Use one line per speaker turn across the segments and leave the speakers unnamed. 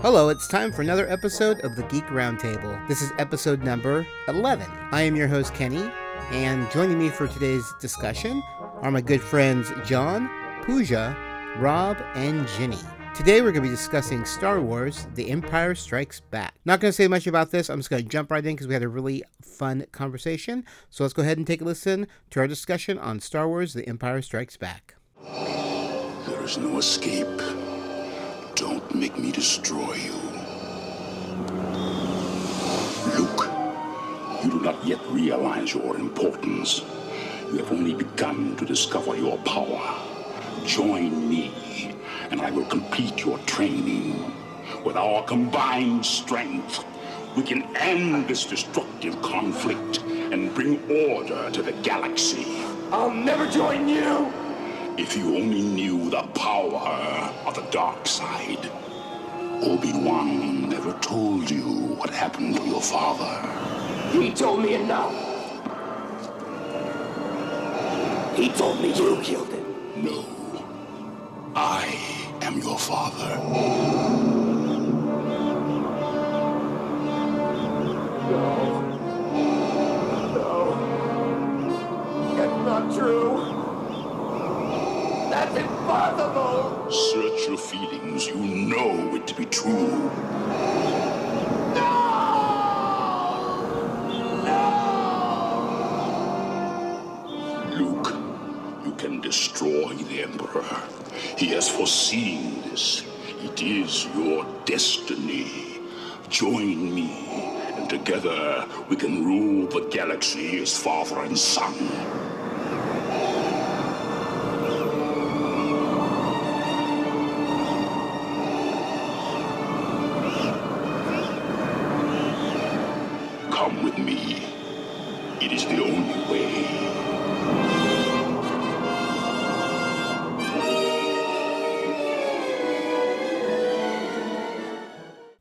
Hello, it's time for another episode of the Geek Roundtable. This is episode number 11. I am your host, Kenny, and joining me for today's discussion are my good friends John, Pooja, Rob, and Ginny. Today we're going to be discussing Star Wars The Empire Strikes Back. Not going to say much about this. I'm just going to jump right in because we had a really fun conversation. So let's go ahead and take a listen to our discussion on Star Wars The Empire Strikes Back.
There is no escape. Don't make me destroy you. Luke, you do not yet realize your importance. You have only begun to discover your power. Join me, and I will complete your training. With our combined strength, we can end this destructive conflict and bring order to the galaxy.
I'll never join you!
If you only knew the power of the dark side, Obi-Wan never told you what happened to your father.
He told me enough. He told me you killed him.
No, I am your father.
That's not true. That's impossible!
Search your feelings. You know it to be true. Luke, you can destroy the Emperor. He has foreseen this. It is your destiny. Join me, and together we can rule the galaxy as father and son. Come with me. It is the only way.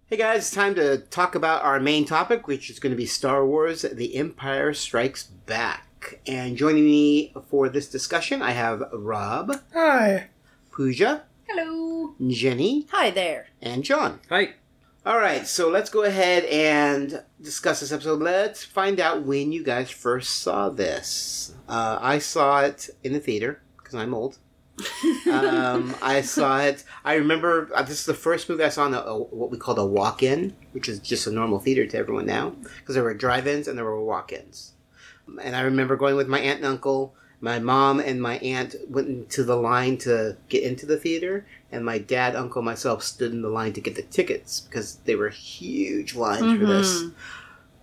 Hey guys, it's time to talk about our main topic, which is going to be Star Wars The Empire Strikes Back. And joining me for this discussion, I have Rob,
Hi.
Pooja,
Hello.
Jenny,
Hi there.
and John.
Hi.
All right, so let's go ahead and discuss this episode. Let's find out when you guys first saw this. Uh, I saw it in the theater because I'm old. um, I saw it. I remember uh, this is the first movie I saw in a, a- what we called a walk-in, which is just a normal theater to everyone now, because there were drive-ins and there were walk-ins. And I remember going with my aunt and uncle. My mom and my aunt went into the line to get into the theater, and my dad, uncle, myself stood in the line to get the tickets because they were huge lines for this.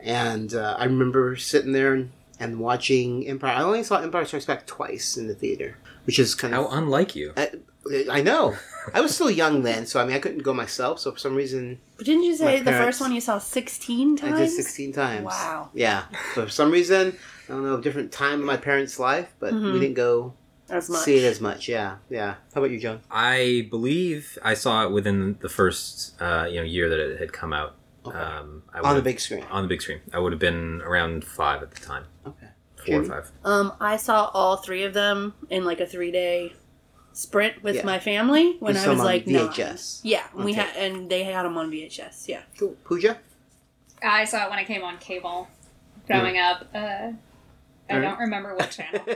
And uh, I remember sitting there and, and watching Empire. I only saw Empire Strikes Back twice in the theater, which is kind of
How unlike you.
Uh, I know. I was still young then, so I mean, I couldn't go myself. So for some reason,
But didn't you
My
say the
parents-
first one you saw 16 times?
I did sixteen times.
Wow.
Yeah. So for some reason, I don't know, different time in my parents' life, but we didn't go
As Mm-hmm. much.
see it as much. Yeah, yeah. How about you, John?
I believe I saw it within the first uh, you know year that it had come out. Um, I
On the
would've-
big screen.
On the big screen. I would have been around five at the time.
Okay.
Four or
Jim?
five.
um, I saw all three of them in like a three day sprint with
Yeah.
my family when
You
I
saw
was
them on
like
VHS.
Nine. Yeah, we
Okay.
had and they had them on VHS. Yeah,
Cool. Pooja.
I saw it when I came on cable growing up. Uh, I don't remember what channel.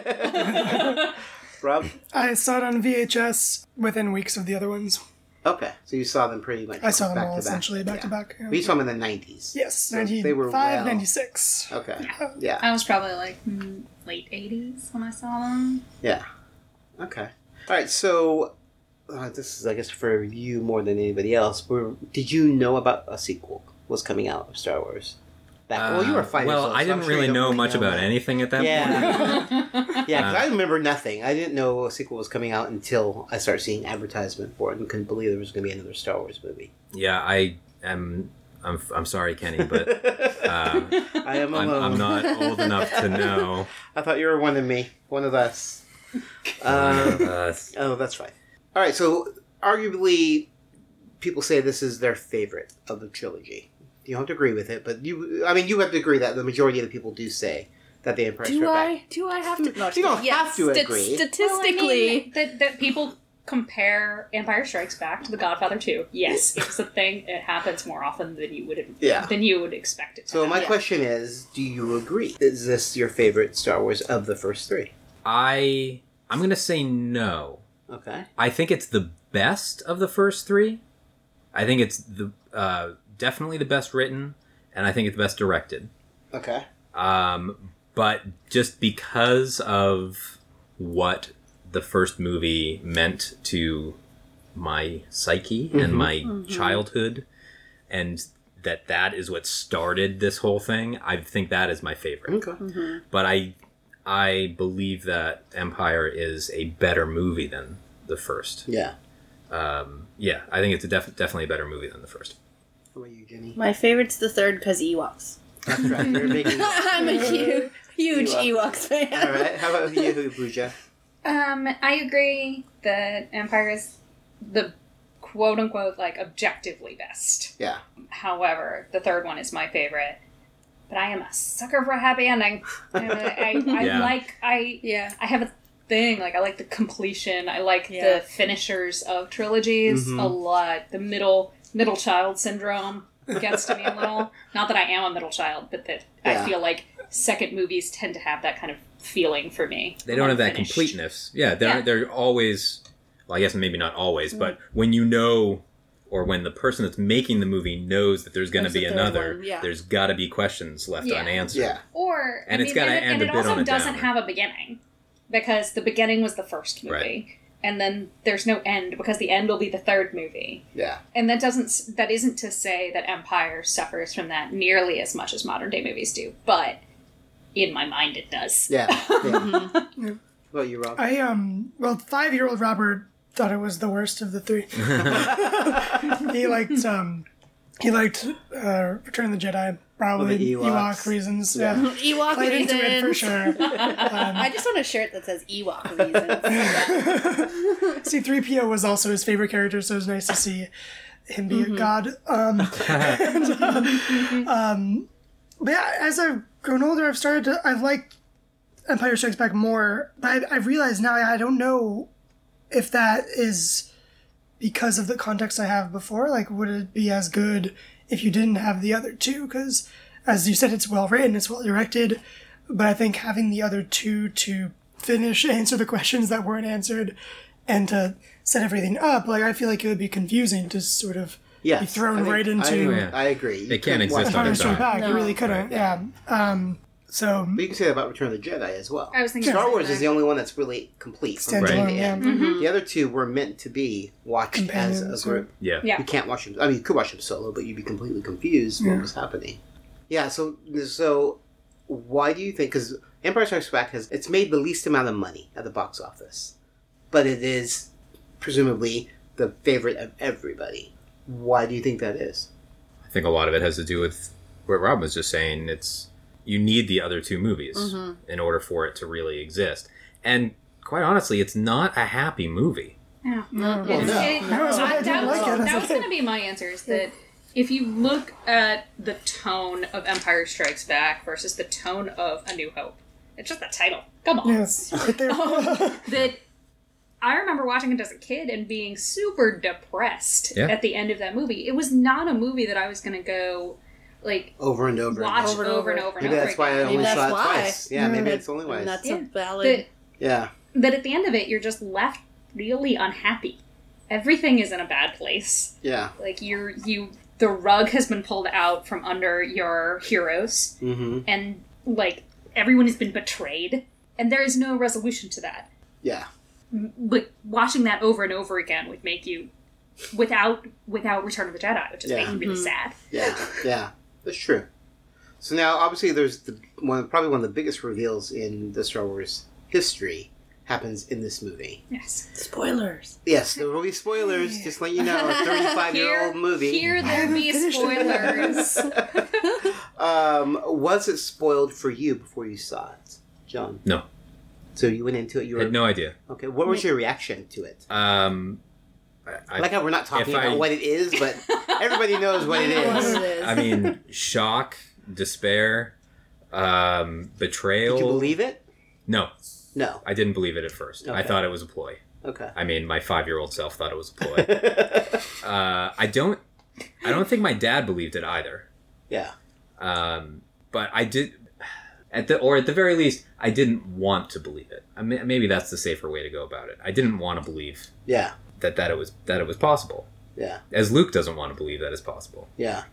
Rob.
I saw it on VHS within weeks of the other ones.
Okay. So you saw them pretty much.
I saw them
back
all
to back.
essentially back to
Yeah.
back. yeah.
We saw them in the nineties.
Yes,
they were
95,
well-
96.
Okay. Yeah.
I was probably like mm, late 80s when I saw them.
Yeah. Okay. All right. So uh, this is, I guess, for you more than anybody else. Were, did you know about a sequel was coming out of Star Wars? Back, well, you were
Uh,
five. years
Well,
old, so
I
I'm
didn't
sure you
really
don't
know much about uh,
that.
anything at that point.
Yeah. yeah. 'cause I remember nothing. I didn't know a sequel was coming out until I started seeing advertisement for it and couldn't believe there was going to be another Star Wars movie.
Yeah, I am. I'm, I'm sorry, Kenny, but uh,
I am
I'm,
alone.
I'm not old enough to know.
I thought you were one of me, one of us. Um,
Uh,
Oh, that's fine. All right, so arguably, people say this is their favorite of the trilogy. You don't have to agree with it, but you—I mean, you have to agree that the majority of the people do say
that they impressed
Do
her back.
I? Do I have to? No,
You don't
yes,
have to
sta-
agree.
Well, I
Statistically,
mean, that, that people compare Empire Strikes Back to The Godfather 2. Yes, it's a thing. It happens more often than you would
Yeah.
than you would expect it. To
So my
Yeah.
question is, do you agree? Is this your favorite Star Wars of the first three?
I I'm gonna say no.
Okay.
I think it's the best of the first three. I think it's the uh, definitely the best written, and I think it's the best directed.
Okay.
Um, but just because of what the first movie meant to my psyche and my childhood, and that that is what started this whole thing, I think that is my favorite
Okay.
but I I believe that Empire is a better movie than the first.
Yeah.
Yeah, I think it's a def- definitely a better movie than the first.
What about you, Jenny?
my favorite's the third because Ewoks.
That's right. You're big. All
I'm a huge, huge Ewoks fan.
right. How about you, Pooja?
Um, I agree that Empire is the quote unquote like objectively best.
Yeah.
However, the third one is my favorite. But I am a sucker for a happy ending. I, I, I
Yeah.
like I
Yeah.
I have a thing like I like the completion. I like
Yeah.
the finishers of trilogies
Mm-hmm.
a lot. The middle middle child syndrome gets to me a little. Not that I am a middle child, but that
Yeah.
I feel like second movies tend to have that kind of feeling for me.
They don't have that
Unfinished.
completeness. Yeah, they're
Yeah.
they're always well, I guess maybe not always, but when you know or when the person that's making the movie knows that there's going to
There's a
be
third
another,
one, yeah.
there's got to be questions left
Yeah.
unanswered.
Yeah.
Or
And
I
it's
mean,
gotta
and, it-
end
and
a
it
bit
also
on a
doesn't
downer.
have a beginning because the beginning was the first movie,
Right.
and then there's no end because the end will be the third movie,
Yeah.
and that doesn't s- that isn't to say that Empire suffers from that nearly as much as modern day movies do, but in my mind it does.
Yeah. yeah. Well, you, Rob.
I um well, five year old Robert thought it was the worst of the three. he liked um he liked uh Return of the Jedi, probably
the
Ewok.
Ewoks.
reasons. Yeah.
Ewok
Played into it for
reasons.
sure.
I just want a shirt that says Ewok reasons.
C three PO was also his favorite character, so it was nice to see him be a god. Um, and, uh, um, but yeah, as I've grown older, I've started to I like Empire Strikes Back more, but I, I realize now I don't know if that is because of the context I have before. Like, would it be as good if you didn't have the other two? Because as you said, it's well written, it's well directed, but I think having the other two to finish answer the questions that weren't answered and to set everything up, like I feel like it would be confusing to sort of
Yeah.
be thrown right
I,
into
yeah.
I agree. You
They can't
couldn't watch
exist
Empire
on
it.
its
Strikes
own.
Back. You
No.
really couldn't. Yeah. Um, so
But you can say that about Return of the Jedi as well.
I was thinking
Star
the
Wars
same
is the only one that's really complete. from
standalone.
beginning to
Yeah. Mm-hmm.
end. The other two were meant to be watched as
Companions,
a group.
Yeah.
Yeah.
You can't watch him. I mean, you could watch him solo, but you'd be completely confused what was happening. Yeah. So, so why do you think? Because Empire Strikes Back has it's made the least amount of money at the box office, but it is presumably the favorite of everybody. Why do you think that is?
I think a lot of it has to do with what Rob was just saying. It's you need the other two movies in order for it to really exist. And quite honestly, it's not a happy movie.
Yeah.
Well, no.
oh, It-
That was why I
I- that
didn't
was,
like it.
that was going to be my answer is that if you look at the tone of Empire Strikes Back versus the tone of A New Hope, it's just the title. Come on.
yes, but there-
That I remember watching it as a kid and being super depressed
Yeah.
at the end of that movie. It was not a movie that I was going to go like
Over and over.
watch
and over.
over and over and
Maybe
over,
that's why I
again.
only
that's
saw it
why. Mm-hmm.
twice. Yeah, maybe it's the only why.
And that's
Yeah.
a valid.
That,
Yeah.
that at the end of it, you're just left really unhappy. Everything is in a bad place.
Yeah.
like you're you the rug has been pulled out from under your heroes
Mm-hmm.
and like everyone has been betrayed and there is no resolution to that
Yeah.
but watching that over and over again would make you without without return of the jedi which is
Yeah.
making me really sad
Yeah, yeah, that's true. So now, obviously, there's the one, probably one of the biggest reveals in the Star Wars history happens in this movie.
yes
Spoilers.
Yes, there will be spoilers. Just let you know, a 35 year old movie.
here there be spoilers
Um, was it spoiled for you before you saw it, John?
No,
So you went into it. You
I
were
had no idea.
okay. What was your reaction to it?
Um, I,
like how we're not talking
if I-
about what it is, but everybody knows what it
What
is.
it is.
I mean, shock, despair, um, betrayal.
Did you believe it?
No,
No.
I didn't believe it at first. I
Okay.
thought it was a ploy.
Okay.
I mean, my five-year-old self thought it was a ploy. uh, I don't. I don't think my dad believed it either.
Yeah.
Um, but I did. At the or at the very least, I didn't want to believe it. I mean, maybe that's the safer way to go about it. I didn't want to believe
Yeah.
that that it was that it was possible.
Yeah.
As Luke doesn't want to believe that it's possible.
Yeah.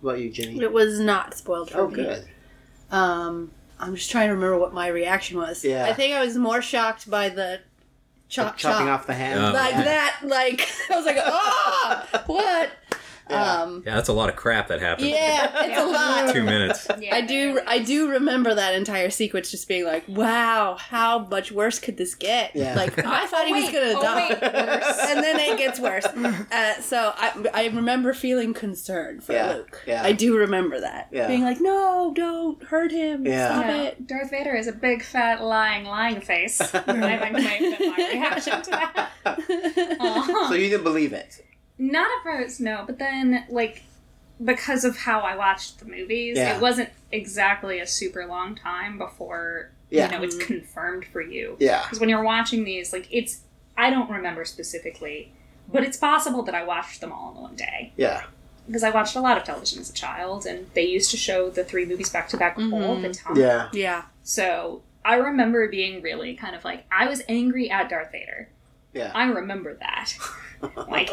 What about you, Jenny?
It was not spoiled for
Oh,
me.
good.
Um, I'm just trying to remember what my reaction was.
Yeah.
I think I was more shocked by the chop chop.
Chopping off the hand.
Oh.
Like that, like I was like, ah, what?
Yeah.
Um,
Yeah, that's a lot of crap that happened.
yeah, it's a
in
lot.
Two minutes.
Yeah,
I do, I do remember that entire sequence just being like, wow, how much worse could this get?
Yeah.
Like I thought he was
Wait,
gonna
oh,
die.
wait, worse.
and then it gets worse. Uh, so I, I remember feeling concern for
Yeah,
Luke.
yeah.
I do remember that.
Yeah.
Being like, no, don't hurt him.
Yeah.
Stop
No,
it.
Darth Vader is a big, fat, lying, lying face. and I think my, that my reaction to that. Uh-huh.
So you didn't believe it.
Not at first, no, but then, like, because of how I watched the movies,
Yeah.
it wasn't exactly a super long time before,
Yeah.
you know,
Mm-hmm.
it's confirmed for you.
Yeah.
Because when you're watching these, like, it's, I don't remember specifically, but it's possible that I watched them all in one day.
Yeah.
Because I watched a lot of television as a child, and they used to show the three movies back to back all the time.
Yeah.
Yeah.
So I remember being really kind of like, I was angry at Darth Vader.
Yeah.
I remember that. like,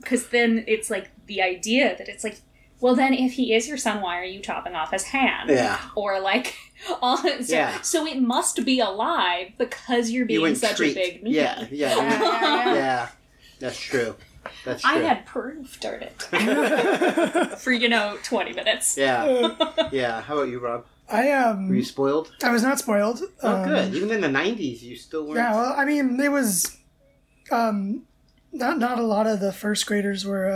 because then it's like the idea that it's like, well, then if he is your son, why are you chopping off his hand?
Yeah.
Or like, all that stuff.
Yeah.
So it must be alive because you're
You
being
went
such
treat.
a big meanie.
Yeah. Yeah. you went- yeah. That's true. That's
I
true.
had proof, darn it. For, you know, 20 minutes.
yeah. Yeah. How about you, Rob?
I
Were you
um,
spoiled?
I was not spoiled.
Oh,
um,
good. Even in the '90s, you still weren't.
Yeah, well, I mean, it was um, not not a lot of the first graders were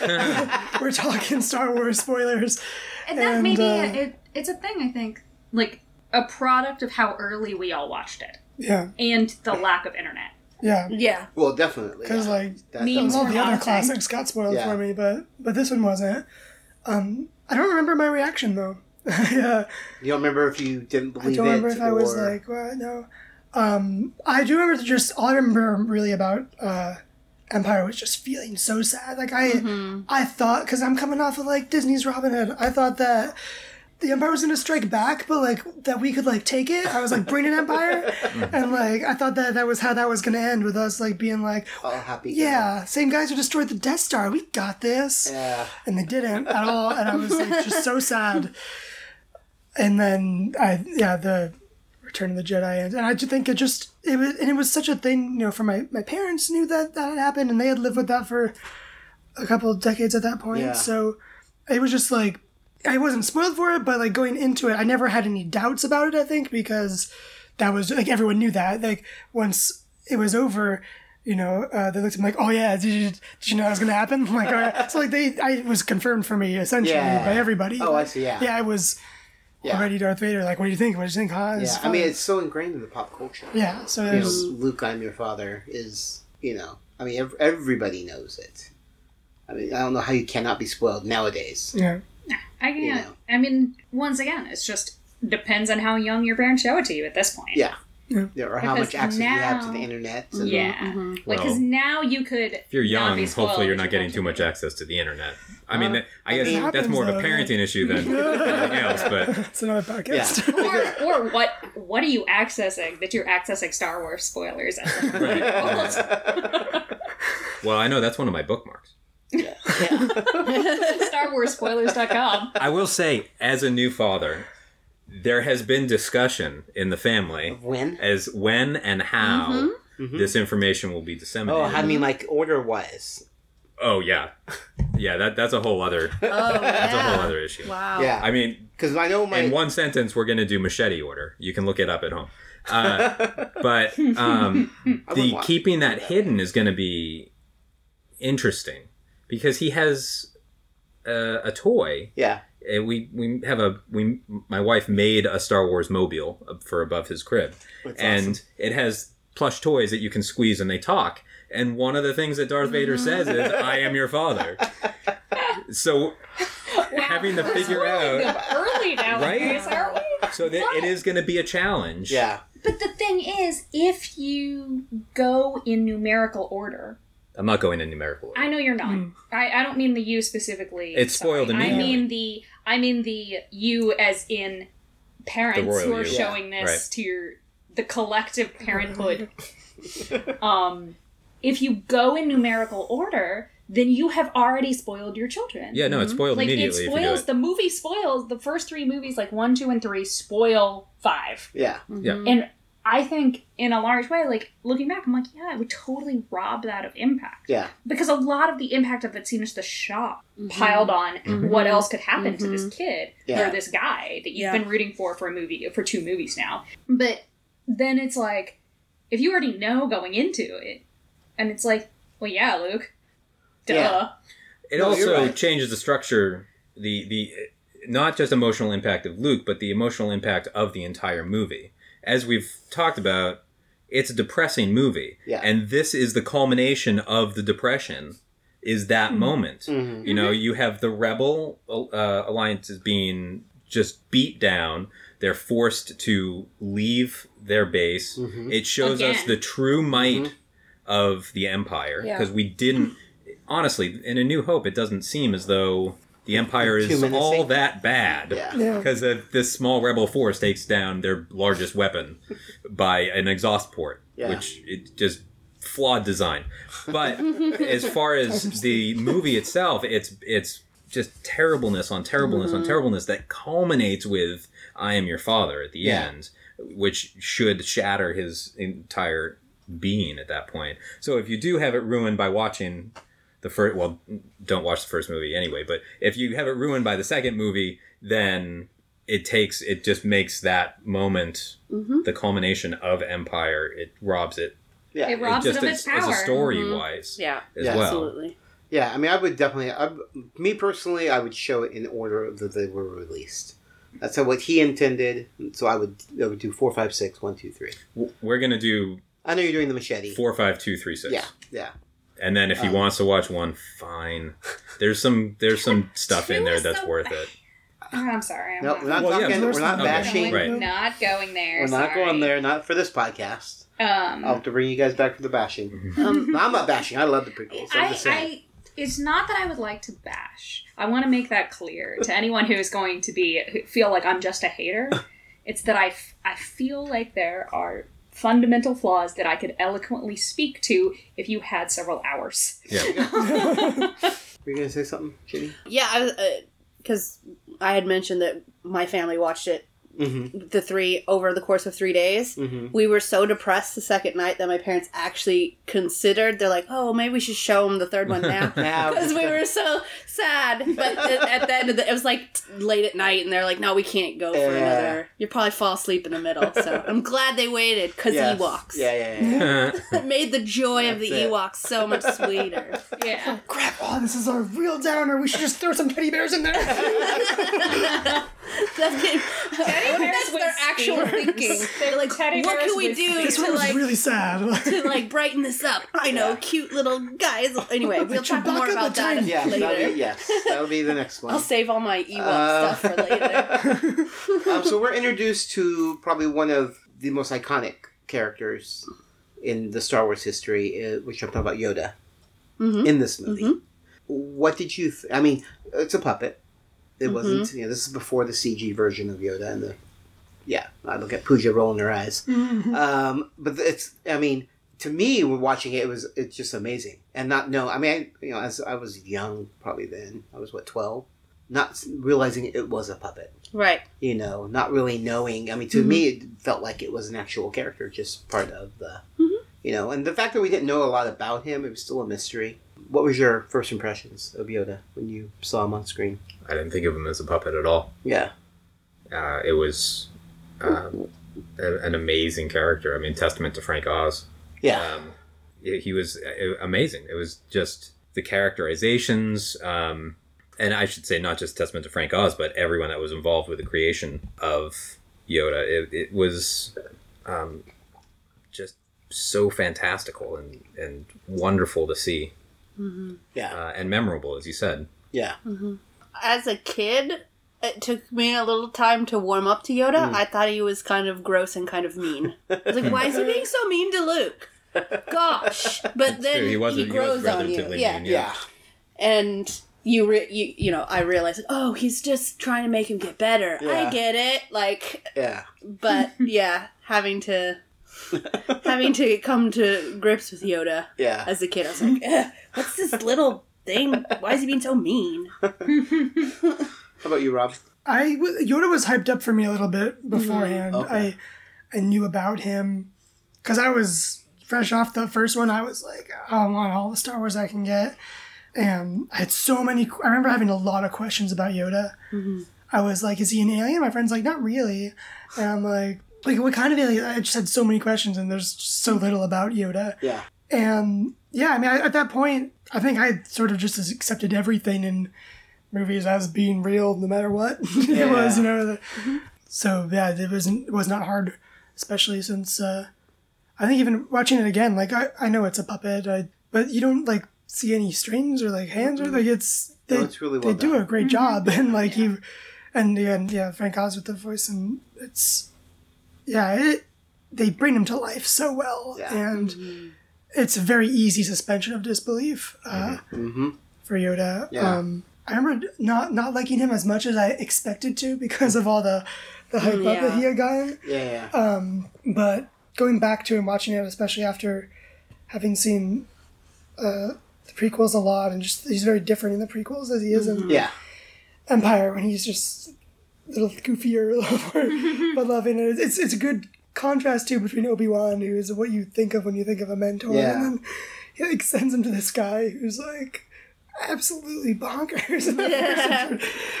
uh, were talking Star Wars spoilers.
And that
And,
may be
uh,
it, it, it's a thing, I think. Like, a product of how early we all watched it
Yeah,
and the lack of internet.
yeah,
Yeah.
Well, definitely.
because
yeah.
like
That-
Memes
all
were
the other
not a thing.
classics got spoiled
Yeah.
for me, but but this one wasn't. Um, I don't remember my reaction though. yeah,
you don't remember if you didn't
I
believe
don't remember
it,
if I was
or-
like, well, no. Um, I do remember just all I remember really about uh, Empire was just feeling so sad. Like I,
Mm-hmm.
I thought because I'm coming off of like Disney's Robin Hood, I thought that the Empire was gonna strike back, but like that we could like take it. I was like, bring an Empire, and like I thought that that was how that was gonna end with us like being like,
all happy.
yeah, same guys who destroyed the Death Star, we got this
Yeah.
and they didn't at all and i was like just so sad and then i yeah the return of the jedi and, and i just think it just it was and it was such a thing you know for my my parents knew that that had happened and they had lived with that for a couple of decades at that point
Yeah.
so it was just like i wasn't spoiled for it but like going into it i never had any doubts about it i think because that was like everyone knew that like once it was over you know, uh, they looked at me like, "Oh yeah, did you did you know that was gonna happen?" I'm like, all right. so like they, I it was confirmed for me essentially
Yeah.
by everybody.
Oh, I see. Yeah.
yeah, I was
Yeah.
already Darth Vader. Like, what do you think? What do you think? Huh?
Yeah. I mean, it's so ingrained in the pop culture.
yeah. So
You know,
there's
Luke, I'm your father is, you know, I mean, ev- everybody knows it. I mean, I don't know how you cannot be spoiled nowadays.
yeah,
I can't.
Yeah.
I mean, once again, it's just depends on how young your parents show it to you at this point.
Yeah. Yeah, Or how
Because
much access you have to
now-
the internet. And,
Yeah.
Mm-hmm.
Like, because
Well,
now you could.
If you're
not
young,
be spoiled
hopefully you're not
if
getting too
watching
much
it.
access to the internet. I mean, that- I guess
It
that's more of a
happens,
parenting issue than anything else. But
it's another podcast.
Or, or what? What are you accessing that you're accessing Star Wars spoilers? At
well, I know that's one of my bookmarks.
StarWarsSpoilers.com.
I will say, as a new father, there has been discussion in the family
When?
as when and how Mm-hmm. this information will be
Oh,
disseminated.
I mean, like order wise.
Oh, yeah, yeah. That that's a whole other
Oh,
that's a whole
yeah.
other issue.
Wow.
Yeah.
I mean,
Because I know my.
in one sentence, we're going to do machete order. You can look it up at home. Uh, but um, the
watch
keeping that hidden is going to be interesting because he has uh, a, a toy.
yeah.
Uh, we we have a we my wife made a Star Wars mobile for above his crib, and it has plush toys that you can squeeze and they talk.
Mm-hmm.
And one of the things that Darth Vader says is, "I am your father." so having to figure out.
early nowadays,
Right?
aren't we?
So that it is going to be a challenge.
Yeah.
But the thing is, if you go in numerical order,
I'm not going in numerical order.
I know you're not. I, I don't mean the you specifically.
It's
sorry.
spoiled
I
immediately.
mean the I mean the you as in parents
The royal
who are
you.
showing this
Right.
to your the collective parenthood. um, if you go in numerical order, then you have already spoiled your children.
yeah, no, it's spoiled
Like it
immediately if you do
spoils
it.
the movie spoils the first three movies like one, two, and three spoil five.
Yeah.
And I think in a large way, like looking back, I'm like, yeah, it would totally rob that of impact.
Yeah.
Because a lot of the impact of that scene is the shock
Mm-hmm.
piled on what else could happen to this kid
Yeah.
or this guy that you've
Yeah.
been rooting for for a movie for two movies now. But then it's like, if you already know going into it, and it's like, well, yeah, Luke, duh.
Yeah.
It
No, you're
also
right.
changes the structure, the the not just emotional impact of Luke, but the emotional impact of the entire movie. As we've talked about, it's a depressing movie,
Yeah.
and this is the culmination of the depression. Is that moment?
Mm-hmm.
You know, you have the rebel uh, alliances being just beat down. They're forced to leave their base.
Mm-hmm.
It shows us
Again.
the true might of the empire
Yeah.
because we didn't honestly, in A New Hope, it doesn't seem as though the Empire
Too
is
menacing.
all that bad.
Yeah.
Yeah.
Because uh, this small rebel force takes down their largest weapon by an exhaust port,
Yeah.
which it just flawed design. But as far as the movie itself, it's it's just terribleness on terribleness
Mm-hmm.
on terribleness that culminates with "I am your father" at the
Yeah.
end, which should shatter his entire being at that point. So if you do have it ruined by watching the first, well, don't watch the first movie anyway. But if you have it ruined by the second movie, then it takes it just makes that moment
Mm-hmm.
the culmination of Empire. It robs it
Yeah.
It robs it,
just
of
as,
its power. Mm-hmm.
as a story wise
Yeah.
as
Yeah.
well.
Absolutely.
Yeah, I mean, I would definitely, I, me personally, I would show it in order that they were released. That's how, what he intended. So I would, I would do four, five, six, one, two, three.
W- We're gonna do
I know you're doing the machete.
four, five, two, three, six.
Yeah, yeah. Um,
And then if he wants to watch one, fine. There's some there's some stuff in
Two
there
is
that's
so
worth it.
Oh, I'm sorry. I'm
No,
not,
we're not
Well, yeah,
talking.
of
we're
course
not
not.
bashing.
Right.
going, not going there.
We're not
sorry.
going there. Not for this podcast.
Um,
I'll have to bring you guys back for the bashing.
Mm-hmm.
um, no, I'm not bashing. I love the prequels. I'm
I,
just saying.
I, it's not that I would like to bash. I want to make that clear to anyone who is going to be who feel like I'm just a hater. It's that I, f- I feel like there are fundamental flaws that I could eloquently speak to if you had several hours.
Were you gonna say something, Jenny?
Yeah, I because I had mentioned that my family watched it
Mm-hmm.
the three over the course of three days.
Mm-hmm.
We were so depressed the second night that my parents actually considered. They're like, "Oh, maybe we should show them the third one now."
Now,
Because we were so sad, but at at the end of the, it was like t- late at night, and they're like, "No, we can't go for
Yeah.
another." You'll probably fall asleep in the middle. So I'm glad they waited because
Yes.
Ewoks.
Yeah, yeah, yeah.
It made the joy of the
That's it.
Ewoks so much sweeter.
Yeah.
Crap! Oh, this is a real downer. We should just throw some teddy bears in there.
That's it. That's
bears
their
with
actual
spears.
thinking. They're like,
Teddy
what
bears
can we
with
do
this
to
one was
like
really sad.
to like brighten this up? I know, cute little guys. Anyway, we'll talk more
Chewbacca
about
the
that
tiny-
Yeah, that'll
later.
be, yes, that'll be the next one.
I'll save all my Ewok
Uh,
stuff for later.
um, so we're introduced to probably one of the most iconic characters in the Star Wars history, uh, which I'm talking about Yoda in this movie. What did you? Th- I mean, it's a puppet. It wasn't. You know, this is before the CG version of Yoda and the. Yeah, I look at Pooja rolling her eyes. Um, but it's. I mean, to me, when watching it, it was it's just amazing. And not no, I mean, I, you know, as I was young, probably then I was what twelve, not s- realizing it was a puppet
Right.
you know, not really knowing. I mean, to me, it felt like it was an actual character, just part of the, you know, and the fact that we didn't know a lot about him, it was still a mystery. What was your first impressions of Yoda when you saw him on screen?
I didn't think of him as a puppet at all.
Yeah,
Uh, it was uh, a- an amazing character. I mean, testament to Frank Oz.
yeah,
he he was uh, amazing. It was just the characterizations, um, and I should say not just testament to Frank Oz, but everyone that was involved with the creation of Yoda. It, it was um, just so fantastical and, and wonderful to see
yeah,
uh, and memorable, as you said.
yeah.
as a kid, it took me a little time to warm up to Yoda. I thought he was kind of gross and kind of mean. I was like, why is he being so mean to Luke? Gosh! But then
True,
he,
he was, he
grows
was
on you.
relatively
Yeah.
mean.
Yeah.
and you, re- you you know I realized oh he's just trying to make him get better.
Yeah.
I get it. Like,
Yeah.
but yeah, having to having to come to grips with Yoda
Yeah.
as a kid, I was like, "Ugh, what's this little thing? Why is he being so mean?
How about you, Rob?
I w- Yoda was hyped up for me a little bit beforehand.
Okay.
I I knew about him because I was fresh off the first one. I was like, I want all the Star Wars I can get, and I had so many. I remember having a lot of questions about Yoda. I was like, is he an alien? My friend's like, not really, and I'm like. Like what kind of alien? I just had so many questions, and there's just so little about Yoda.
Yeah.
And yeah, I mean, I, at that point, I think I sort of just accepted everything in movies as being real, no matter what it was, you know. The,
Mm-hmm.
So yeah, it wasn't it was not hard, especially since uh, I think even watching it again, like I, I know it's a puppet, I, but you don't like see any strings or like hands or like it's they,
Mm-hmm. No, it's really well
they do
done. Mm-hmm.
a great job and like you and yeah, and yeah Frank Oz with the voice and it's yeah it, they bring him to life so well
Yeah.
and it's a very easy suspension of disbelief uh,
Mm-hmm.
for Yoda.
Yeah.
Um, I remember not not liking him as much as I expected to because of all the the hype up that
yeah.
he had gotten.
Yeah, yeah.
Um, but going back to and watching it, especially after having seen uh, the prequels a lot, and just he's very different in the prequels as he is in
yeah.
Empire when he's just a little goofier, more but loving it. It's it's a good contrast too between Obi Wan, who is what you think of when you think of a mentor,
Yeah.
and then he like sends him to this guy who's like absolutely bonkers.
Yeah.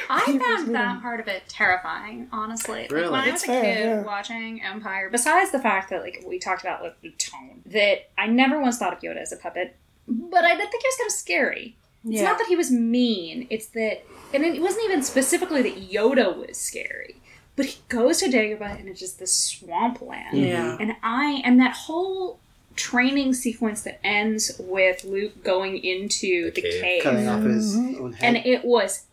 I
He was
found that
really-
part of it terrifying, honestly. Like,
Really?
when I was
It's
a
fair,
kid
yeah.
watching Empire, besides the fact that like we talked about like the tone, that I never once thought of Yoda as a puppet, but I did think he was kind of scary. It's not that he was mean. It's that, and it wasn't even specifically that Yoda was scary. But he goes to Dagobah, and it's just this swampland.
Yeah.
And I and that whole training sequence that ends with Luke going into
The
the,
cave.
cave,
Cutting off his own head.
and it was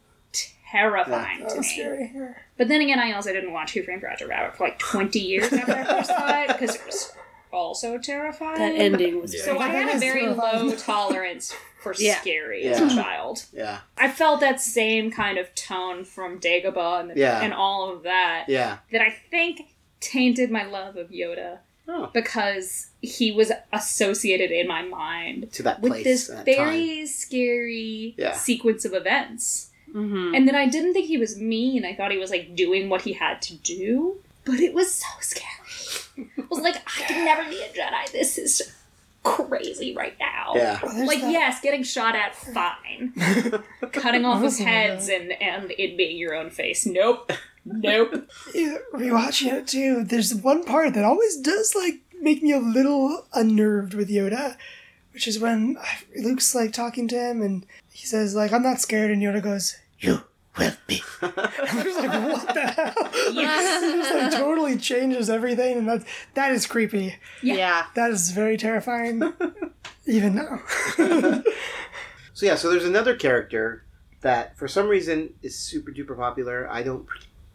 terrifying
That
to
was
me.
scary.
But then again, I also didn't watch Who Framed Roger Rabbit for like twenty years after I first saw it because it was also terrifying.
That ending was
Yeah.
So I
That
had a
is
very
terrifying.
low tolerance for
Yeah.
scary
Yeah.
as a child.
yeah.
I felt that same kind of tone from Dagobah and, the,
Yeah.
and all of that
Yeah.
that I think tainted my love of Yoda
Oh.
because he was associated in my mind
To that
with
place.
this
that time.
very scary
Yeah.
sequence of events.
Mm-hmm.
Mhm.
And then I didn't think he was mean. I thought he was like doing what he had to do, but it was so scary. I was like, I could never be a Jedi. This is crazy right now.
Yeah.
Well, there's
Like
that-
yes, getting shot at, fine. Cutting off his heads and and it being your own face. Nope, nope.
Yeah, rewatching it too, there's one part that always does like make me a little unnerved with Yoda, which is when uh, Luke's like talking to him and he says like I'm not scared, and Yoda goes, "You will be." I was like, "What the hell?"
Yes.
It's like totally changes everything, and that that is creepy.
yeah.
That is very terrifying, even now.
So yeah, so there's another character that for some reason is super duper popular. I don't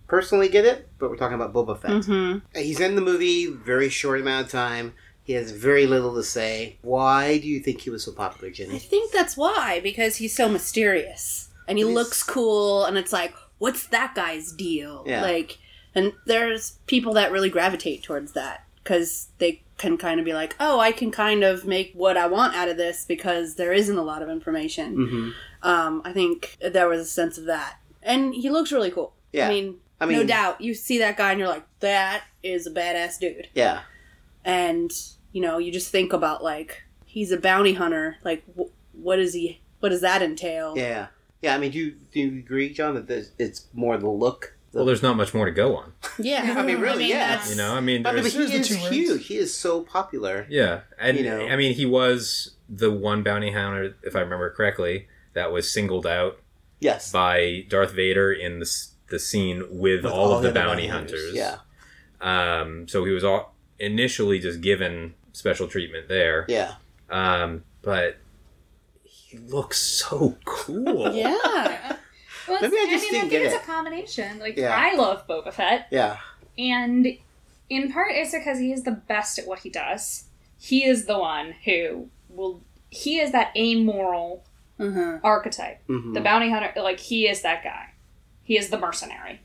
personally get it, but we're talking about Boba Fett.
Mm-hmm.
He's in the movie very short amount of time. He has very little to say. Why do you think he was so popular,
I
Jenny?
think that's why because he's so mysterious and he
But he's-
looks cool and it's like what's that guy's deal?
Yeah.
Like, and there's people that really gravitate towards that because they can kind of be like, oh, I can kind of make what I want out of this because there isn't a lot of information.
Mm-hmm.
Um, I think there was a sense of that, and he looks really cool.
Yeah.
I mean,
I mean-
no doubt, you see that guy and you're like, that is a badass dude,
Yeah,
and you know, you just think about like he's a bounty hunter. Like, wh- what is he? What does that entail?
yeah, yeah. I mean, do you, do you agree, John, that this, it's more the look? The,
Well, there's not much more to go on.
Yeah.
I mean, really, yeah.
that's-
You know, I mean,
I mean,
there's,
but he
There's the
is
two words.
huge. He is so popular.
yeah, and
You know.
I mean, he was the one bounty hunter, if I remember correctly, that was singled out
Yes,
by Darth Vader in the s- the scene with, all, of the, bounty hunters.
Yeah,
Um, so he was all initially just given special treatment there.
yeah,
Um, but he looks so cool.
Yeah.
Well, it's,
Maybe I
I,
just
mean, I
didn't
think
get
it's
it.
a combination. Like,
Yeah.
I love Boba Fett,
Yeah.
and in part it's because he is the best at what he does. He is the one who will. He is that amoral
Mhm.
archetype,
Mhm.
the bounty hunter. Like, he is that guy. He is the mercenary.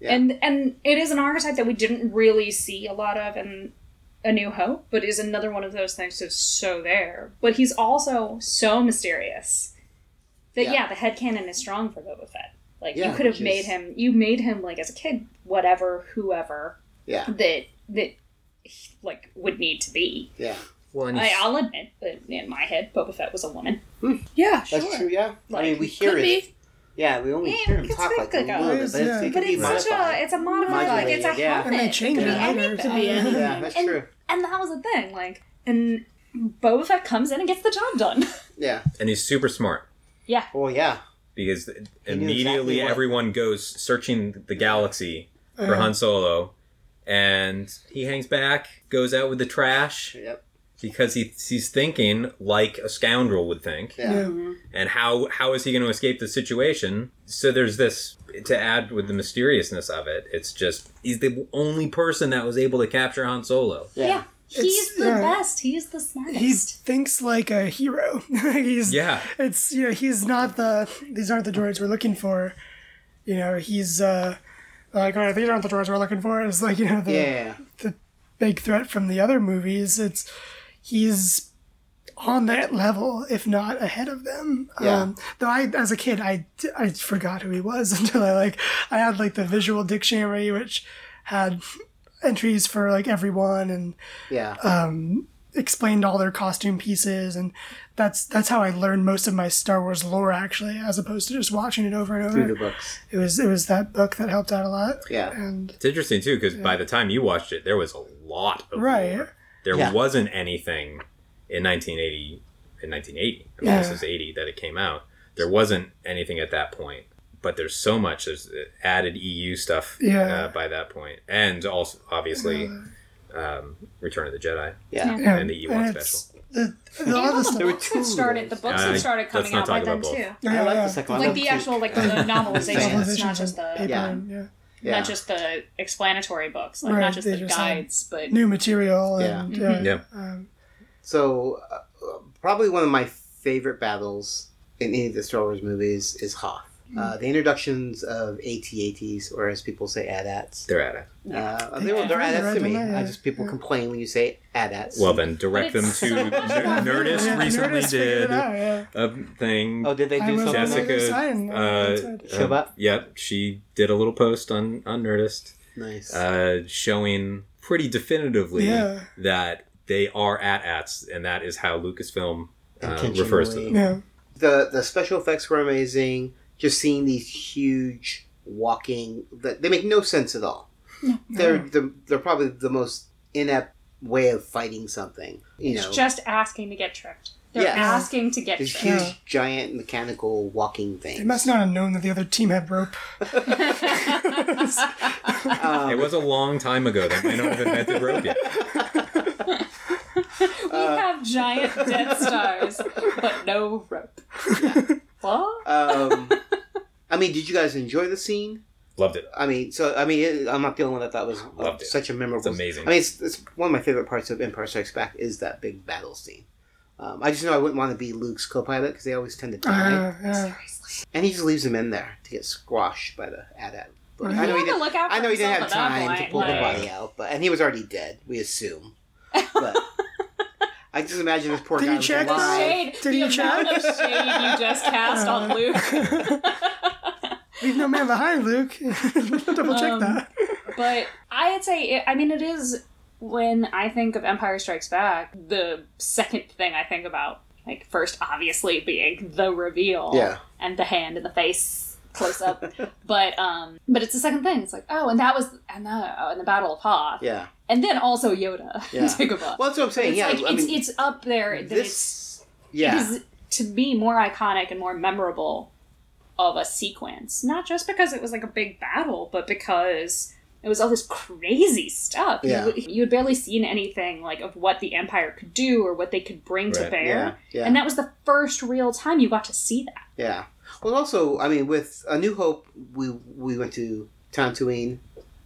Yeah.
And and it is an archetype that we didn't really see a lot of in A New Hope, but is another one of those things that's so there. But he's also so mysterious that
Yeah.
yeah, the headcanon is strong for Boba Fett. Like
Yeah,
you could have
which
made
is-
him you made him like as a kid, whatever, whoever
Yeah.
that that he, like would need to be.
Yeah.
Well, and
I, I'll admit that in my head, Boba Fett was a woman.
Yeah, sure.
Hmm. That's true. Yeah. I mean,
Like,
we hear
could
it.
be.
Yeah, we only
Yeah,
hear him
it's
talk like a
like a-
little bit, but it's, it
Yeah.
could
But
be
it's such
modified.
a it's a modified like it's a
Modulated, yeah.
habit.
And they change
It could
it
be
later.
anything.
To be anything.
Yeah, that's
and,
true.
And that was the thing, like, and Boba Fett comes in and gets the job done.
Yeah.
and he's super smart
Well, yeah.
because
knew
immediately
exactly what-
everyone goes searching the galaxy for Han Solo, and he hangs back, goes out with the trash
Yep.
because he he's thinking like a scoundrel would think.
Yeah.
and how how is he going to escape the situation so there's this to add with the mysteriousness of it it's just he's the only person that was able to capture han solo
Yeah.
He's
It's-
the
yeah.
best. He's the smartest.
He thinks like a hero. he's
yeah
it's you know he's not the these aren't the droids we're looking for you know he's uh like oh, these aren't the droids we're looking for it's like you know the
Yeah.
big threat from the other movies it's he's on that level if not ahead of them
Yeah.
um though i as a kid i i forgot who he was until i like i had like the visual dictionary which had entries for like everyone and um,
Yeah.
explained all their costume pieces and that's that's how I learned most of my Star Wars lore actually as opposed to just watching it over and
Through the
over.
books.
It was it was that book that helped out a lot.
Yeah.
And
it's interesting too because by the time you watched it there was a lot of
Right.
lore. there
Yeah.
wasn't anything in 1980 in 1980 I mean, this
Yeah.
is 80 that it came out there wasn't anything at that point but there's so much there's added eu stuff
Yeah.
uh, by that point and also obviously um, return of the jedi
Yeah.
yeah,
And the E Ewok
it's- The, the,
And
all
all
the
the books
stuff.
There were
had
two
started. The
of
books
Uh,
had started
let's
coming
not
out
talk
by then
about both.
too.
I
Yeah,
like
yeah.
the second one. I
Like
love
the
two.
actual, like the novelization. It's not just the
Yeah.
and, yeah.
Yeah.
not just the explanatory books, like
Right,
not just
they
the
just had-
guides, but
New material and yeah.
Mm-hmm.
yeah
Um,
So, uh, probably one of my uh, favorite battles in any of the Star Wars movies is Hoth. Uh, the introductions of AT-ATs, or as people say, AT-ATs.
They're at it.
Uh, they, are they're AT-ATs to me. I just people complain when you say AT-ATs.
Well, then direct
But
them
it's
to
so
Ner-
much about-
Nerdist.
yeah,
recently
Nerdist figured
did
it out, yeah.
a thing.
oh, did they
I
do
was on the
something?
other
Jessica.
side and
Uh,
that's right.
Show up?
Yep, she did a little post on on Nerdist,
Nice.
uh, showing pretty definitively
Yeah.
that they are at ats, and that is how Lucasfilm uh,
Intentionally.
refers to them.
yeah.
the the special effects were amazing. Just seeing these huge walking that they make no sense at all.
Oh,
They're the, they're probably the most inept way of fighting something. You know,
it's just asking to get tricked. They're
Yes.
asking to get
these
tricked.
huge,
Yeah.
giant mechanical walking things.
They must not have known that the other team had rope.
Um,
It was a long time ago. They might not have invented rope yet.
We
uh,
have giant dead stars, but no rope. What?
um, I mean, did you guys enjoy the scene?
Loved it.
I mean, so I mean, it, I'm not the only one that thought was
Loved it.
such a memorable.
It's amazing.
I mean, it's, it's one of my favorite parts of Empire Strikes Back is that big battle scene. Um, I just know I wouldn't want to be Luke's co-pilot because they always tend to die,
Uh, yeah.
and he just leaves him in there to get squashed by the AT-AT. But I know he
had to
didn't.
look out
I
for
know he didn't have
himself at that
time to
point,
pull the
like-
body out, but and he was already dead. We assume, but I just imagine this poor
Did
guy
you
was
check the
alive.
Shade.
Did
the
you
amount of shade you just cast on Luke.
Leave no man behind, Luke. Double
Um,
check that.
But I'd say, it, I mean, it is when I think of Empire Strikes Back, the second thing I think about, like, first obviously being the reveal
Yeah.
and the hand and the face close up, but um, but it's the second thing. It's like, oh, and that was and the oh, and the Battle of Hoth,
Yeah.
and then also Yoda
Yeah.
and Dagobah.
Well, that's what I'm saying.
it's
yeah,
like
I
it's
mean,
it's up there. That it's,
this. Yeah.
it is to me more iconic and more memorable of a sequence not just because it was like a big battle but because it was all this crazy stuff You-
Yeah.
you, had barely seen anything like of what the empire could do or what they could bring to
Right,
bear
yeah, yeah.
and that was the first real time you got to see that
Yeah. Well, also, I mean, with A New Hope, we we went to Tatooine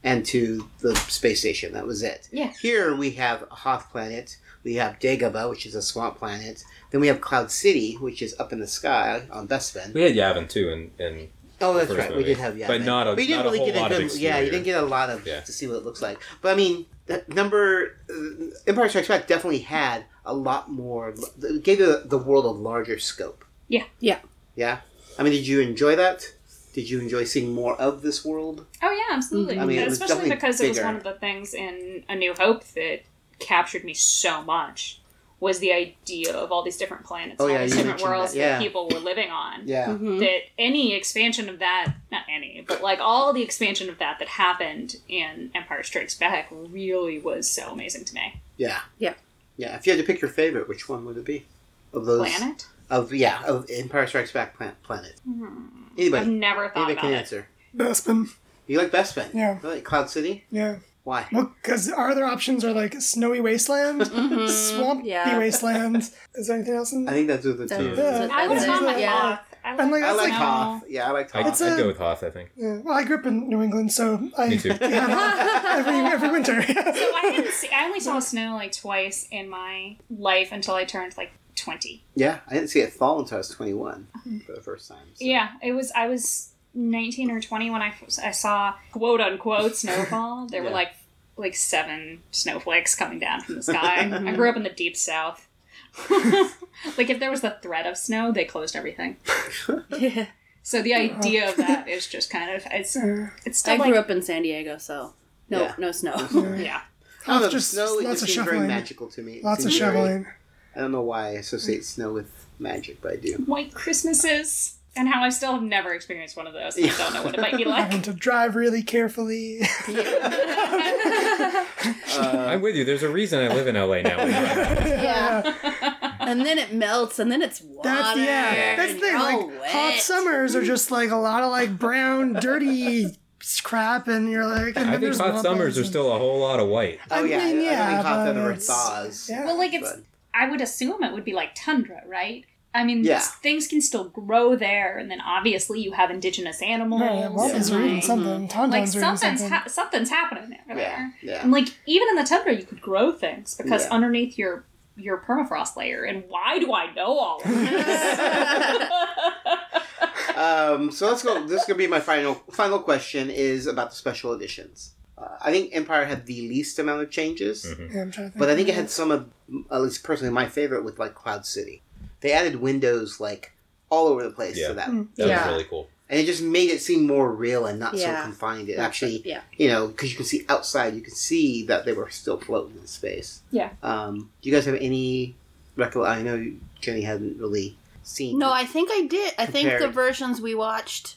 and to the space station. That was it.
Yeah.
Here we have a Hoth planet. We have Dagobah, which is a swamp planet. Then we have Cloud City, which is up in the sky on Bespin.
We had Yavin too, and, and
Oh, that's
first
right. We
movie.
did have yeah,
But
man.
not a-
But you didn't
not a whole
get
lot of
good- Yeah, you didn't get a lot of
Yeah.
to see what it looks like. But I mean, that number uh, Empire Strikes Back definitely had a lot more. It gave the, the world a larger scope.
Yeah.
Yeah.
Yeah. I mean, did you enjoy that? Did you enjoy seeing more of this world?
Oh yeah, absolutely.
I mean, it was
Especially
definitely
because it was
bigger.
one of the things in A New Hope that captured me so much was the idea of all these different planets,
Oh,
all
yeah,
these
you
different
mentioned
worlds
that,
that,
yeah.
people were living on.
Yeah.
Mm-hmm.
That any expansion of that, not any, but like all the expansion of that that happened in Empire Strikes Back really was so amazing to me.
Yeah.
Yeah.
Yeah. If you had to pick your favorite, which one would it be? Of those
Planet?
of yeah of Empire Strikes Back plan- planet.
I've
Anybody,
never
anybody
thought Hmm. about
can
it.
answer.
Bespin.
You like Bespin?
Yeah.
Really? Cloud City?
Yeah.
Why?
Well, because our other options are like snowy wasteland, swampy
yeah.
wasteland. Is there anything else in
Mm-hmm. I
there?
think that's what the
That-
two.
Yeah.
that's-
I would have
Yeah.
gone with
yeah.
Hoth. I
And, like,
like
I
That's
like
snow.
Hoth. Yeah, I like
I,
Hoth.
It's
I'd
a-
go with Hoth. I think.
Yeah. Well, I grew up in New England, so I
Me too.
Uh,
every every winter.
So I didn't see. I only saw snow like twice in my life until I turned like twenty.
Yeah, I didn't see it fall until I was 21 for the first time. so.
Mm-hmm. Yeah, it was. I was nineteen or twenty when I, f- I saw quote unquote snowfall. There
Yeah.
were like like seven snowflakes coming down from the sky. I grew up in the deep south. like if there was the threat of snow, they closed everything.
Yeah.
So the idea of that is just kind of it's it's still
I grew
like,
up in San Diego, so no,
Yeah.
no snow.
yeah.
I don't know,
Just
snow it
lots
just
of
seems very
shoveling.
magical to me. It
Lots of
seems very-
shoveling.
I don't know why I associate snow with magic, but I do.
white Christmases and how I still have never experienced one of those. and I don't know what it might be like.
Having to drive really carefully.
I'm with you. There's a reason I live in LA now.
yeah. and then it melts, and then it's water.
That's yeah. That's
and
the thing.
you're
Like
all wet.
hot summers are just like a lot of like brown, dirty crap, and you're like. And
I
then
think
there's
hot
wampus
summers are
and-
still a whole lot of white.
Oh,
I
yeah.
mean,
I don't
yeah,
think Hoth
but
ever
it's-
thaws.
Yeah.
Well, like it's,
But-
I would assume it would be like tundra, right? I mean,
Yeah.
s- things can still grow there, and then obviously you have indigenous animals.
Yeah, wampus
and,
are eating
like,
something.
like
Tauntauns are eating
something's
something.
ha- something's happening there.
Yeah, yeah.
And like even in the tundra, you could grow things because
Yeah.
underneath your your permafrost layer. And why do I know all of
Um, so let's go. This is gonna be my final final question is about the special editions. Uh, I think Empire had the least amount of changes,
Hmm.
Yeah, I'm trying to think.
but I think it had some of, at least personally, my favorite with like Cloud City. They added windows like all over the place
Yeah.
to that,
That
Yeah.
was really cool.
and it just made it seem more real and not so
Yeah.
confined. It actually,
Yeah.
you know, because you can see outside, you can see that they were still floating in space.
Yeah.
Um, do you guys have any recollect? I know Jenny hadn't really seen.
No, I think I did. I think the
Compared.
versions we watched,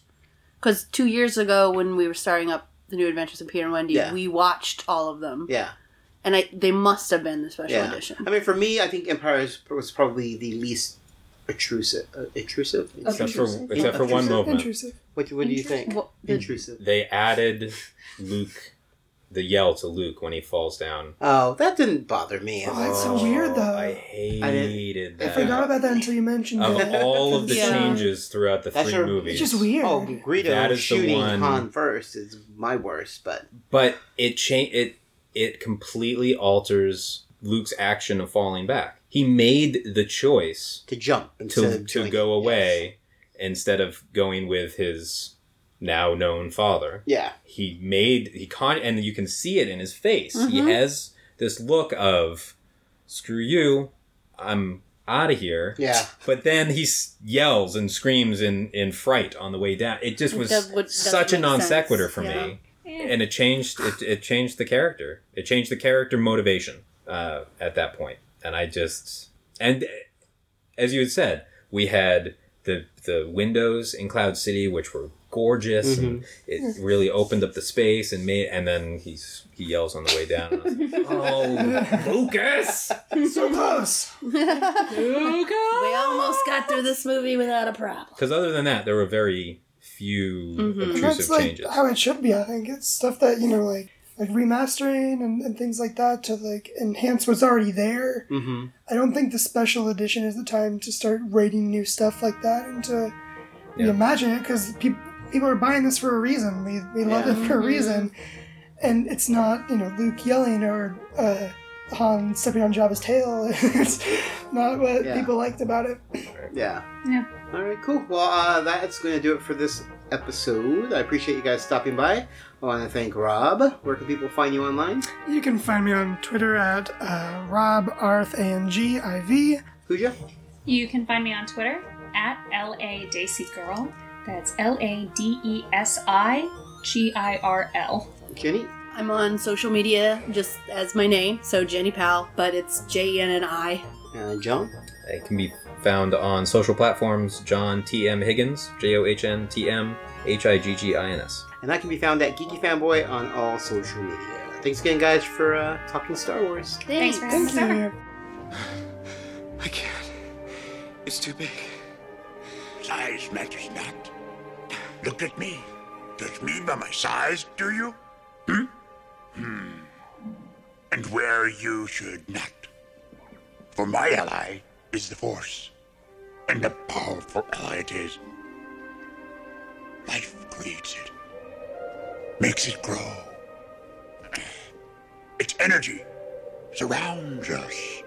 because two years ago when we were starting up the New Adventures of Peter and Wendy,
Yeah.
we watched all of them,
Yeah.
and I they must have been the special
Yeah.
edition.
I mean, for me, I think Empire is- was probably the least intrusive. Uh, intrusive?
Except for except for one
Intrusive,
movement,
intrusive.
What, what do you think?
Well, the-
Intrusive.
they added Luke, the yell to Luke when he falls down.
Oh, that didn't bother me.
Oh, that's so weird though.
I
I,
hated that.
forgot about that until you mentioned it.
Of all of the
Yeah.
changes throughout the
That's
three
your-
movies,
It's just weird.
Oh, Greedo
That is the
shooting
one-
Han first is my worst, but
but it changed it it completely alters luke's action of falling back he made the choice
to jump instead
to
of
to
doing
go
it.
away instead of going with his now known father
Yeah,
he made he con and you can see it in his face he has this look of screw you i'm out of here
yeah.
but then he s- yells and screams in in fright on the way down it just
It
was
does- would- doesn't
such a
make
non
sense.
sequitur for
Yeah.
me
it?
and it changed it, it changed the character it changed the character motivation uh, at that point and i just and uh, as you had said we had the the windows in cloud city which were gorgeous and it really opened up the space and made and then he's he yells on the way down and I was like, oh lucas
so close.
We almost got through this movie without a problem.
because other than that there were very few obtrusive
That's like
changes
how it should be. I think it's stuff that you know, like like remastering and, and things like that to like enhance what's already there.
Mm-hmm.
I don't think the special edition is the time to start rating new stuff like that and to
Yeah.
imagine it because people people are buying this for a reason. They they love
Yeah.
it for a reason, and it's not you know Luke yelling or uh, Han stepping on Jabba's tail. it's not what
Yeah.
people liked about it.
Yeah.
Yeah.
All right, cool. Well, uh, that's going to do it for this episode. I appreciate you guys stopping by. I want to thank Rob. Where can people find you online?
You can find me on Twitter at uh, Rob Arth A N G I V.
Pooja?
You can find me on Twitter at LA Daisy Girl. That's L A D E S I G I R L.
Jenny?
I'm on social media just as my name, so Jenny Pal, but it's J E N N I.
Uh, John?
It can be found on social platforms John T M Higgins, J O H N T M H I G G I N S.
And that can be found at Geeky Fanboy on all social media. Thanks again, guys, for uh, talking Star Wars.
Thanks for having
Thank
me.
you.
I can't. It's too big.
Size matters not. Look at me. Judge me by my size, do you? Hmm? Hmm. And where you should not. For my ally is the Force. And a powerful ally it is. Life creates it, makes it grow. Its energy surrounds us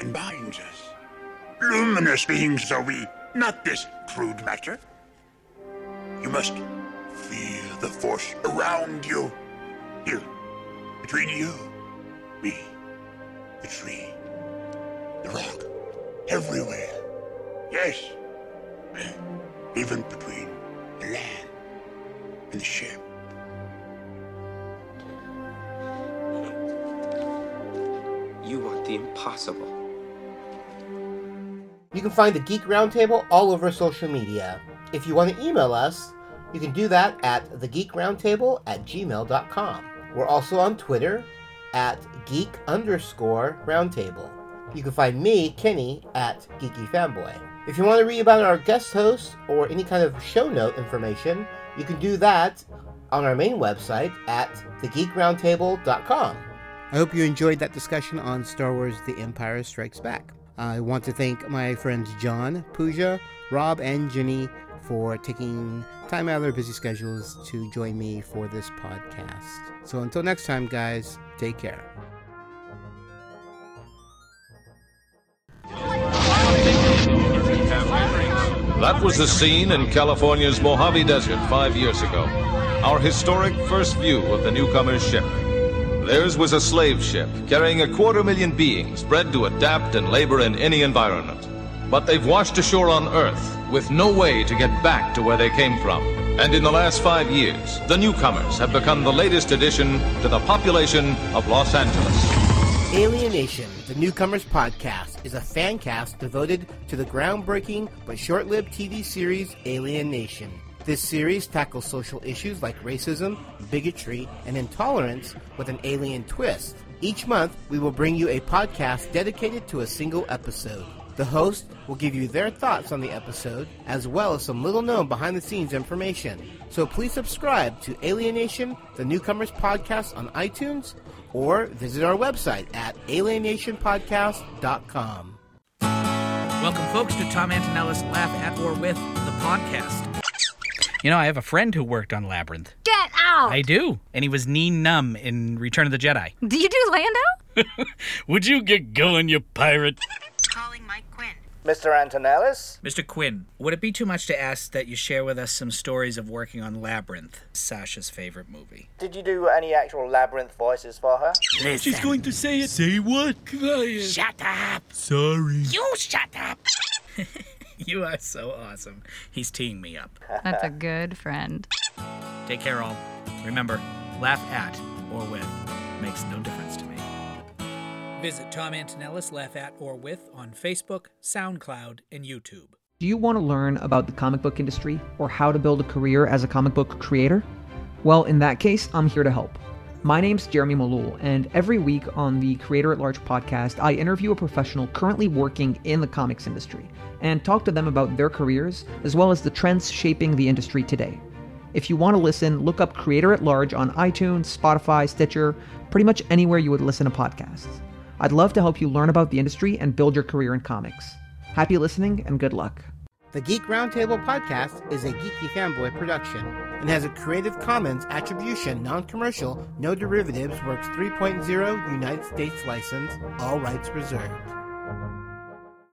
and binds us. Luminous beings are we, not this crude matter. You must feel the force around you. Here, between you, me, the tree, the rock, everywhere. Yes, even between the land and the ship.
You want the impossible.
You can find the Geek Roundtable all over social media. If you want to email us, you can do that at thegeekroundtable at gmail.com. We're also on Twitter at geek underscore roundtable. You can find me, Kenny, at Geeky Fanboy. If you want to read about our guest hosts or any kind of show note information, you can do that on our main website at thegeekroundtable.com. I hope you enjoyed that discussion on Star Wars The Empire Strikes Back. I want to thank my friends John, Pooja, Rob, and Jenny for taking time out of their busy schedules to join me for this podcast. So until next time, guys, take care.
That was the scene in California's Mojave Desert five years ago. Our historic first view of the newcomer's ship. Theirs was a slave ship carrying a quarter million beings bred to adapt and labor in any environment. But they've washed ashore on Earth with no way to get back to where they came from. And in the last five years, the newcomers have become the latest addition to the population of Los Angeles.
Alienation, the Newcomers Podcast, is a fan cast devoted to the groundbreaking but short lived TV series Alien Nation. This series tackles social issues like racism, bigotry, and intolerance with an alien twist. Each month, we will bring you a podcast dedicated to a single episode. The host will give you their thoughts on the episode, as well as some little known behind the scenes information. So please subscribe to Alienation, the Newcomers Podcast on iTunes, or visit our website at alienationpodcast.com.
Welcome, folks, to Tom Antonella's Laugh at or With the podcast. You know, I have a friend who worked on Labyrinth.
Get out!
I do. And he was knee numb in Return of the Jedi.
Do you do Lando?
Would you get going, you pirate?
Calling Mike Quinn.
Mr. Antonellis?
Mr. Quinn, would it be too much to ask that you share with us some stories of working on Labyrinth, Sasha's favorite movie?
Did you do any actual labyrinth voices for her?
She's going to say it. Say what? Shut up. Sorry.
You shut up!
You are so awesome. He's teeing me up.
That's a good friend.
Take care, all. Remember, laugh at or with makes no difference to me. Visit Tom Antonella's Laugh At or With on Facebook, SoundCloud, and YouTube.
Do you want to learn about the comic book industry or how to build a career as a comic book creator? Well, in that case, I'm here to help. My name's Jeremy Malul, and every week on the Creator at Large podcast, I interview a professional currently working in the comics industry and talk to them about their careers as well as the trends shaping the industry today. If you want to listen, look up Creator at Large on iTunes, Spotify, Stitcher, pretty much anywhere you would listen to podcasts. I'd love to help you learn about the industry and build your career in comics. Happy listening and good luck.
The Geek Roundtable podcast is a geeky fanboy production and has a Creative Commons Attribution, Non Commercial, No Derivatives Works 3.0 United States license, all rights reserved.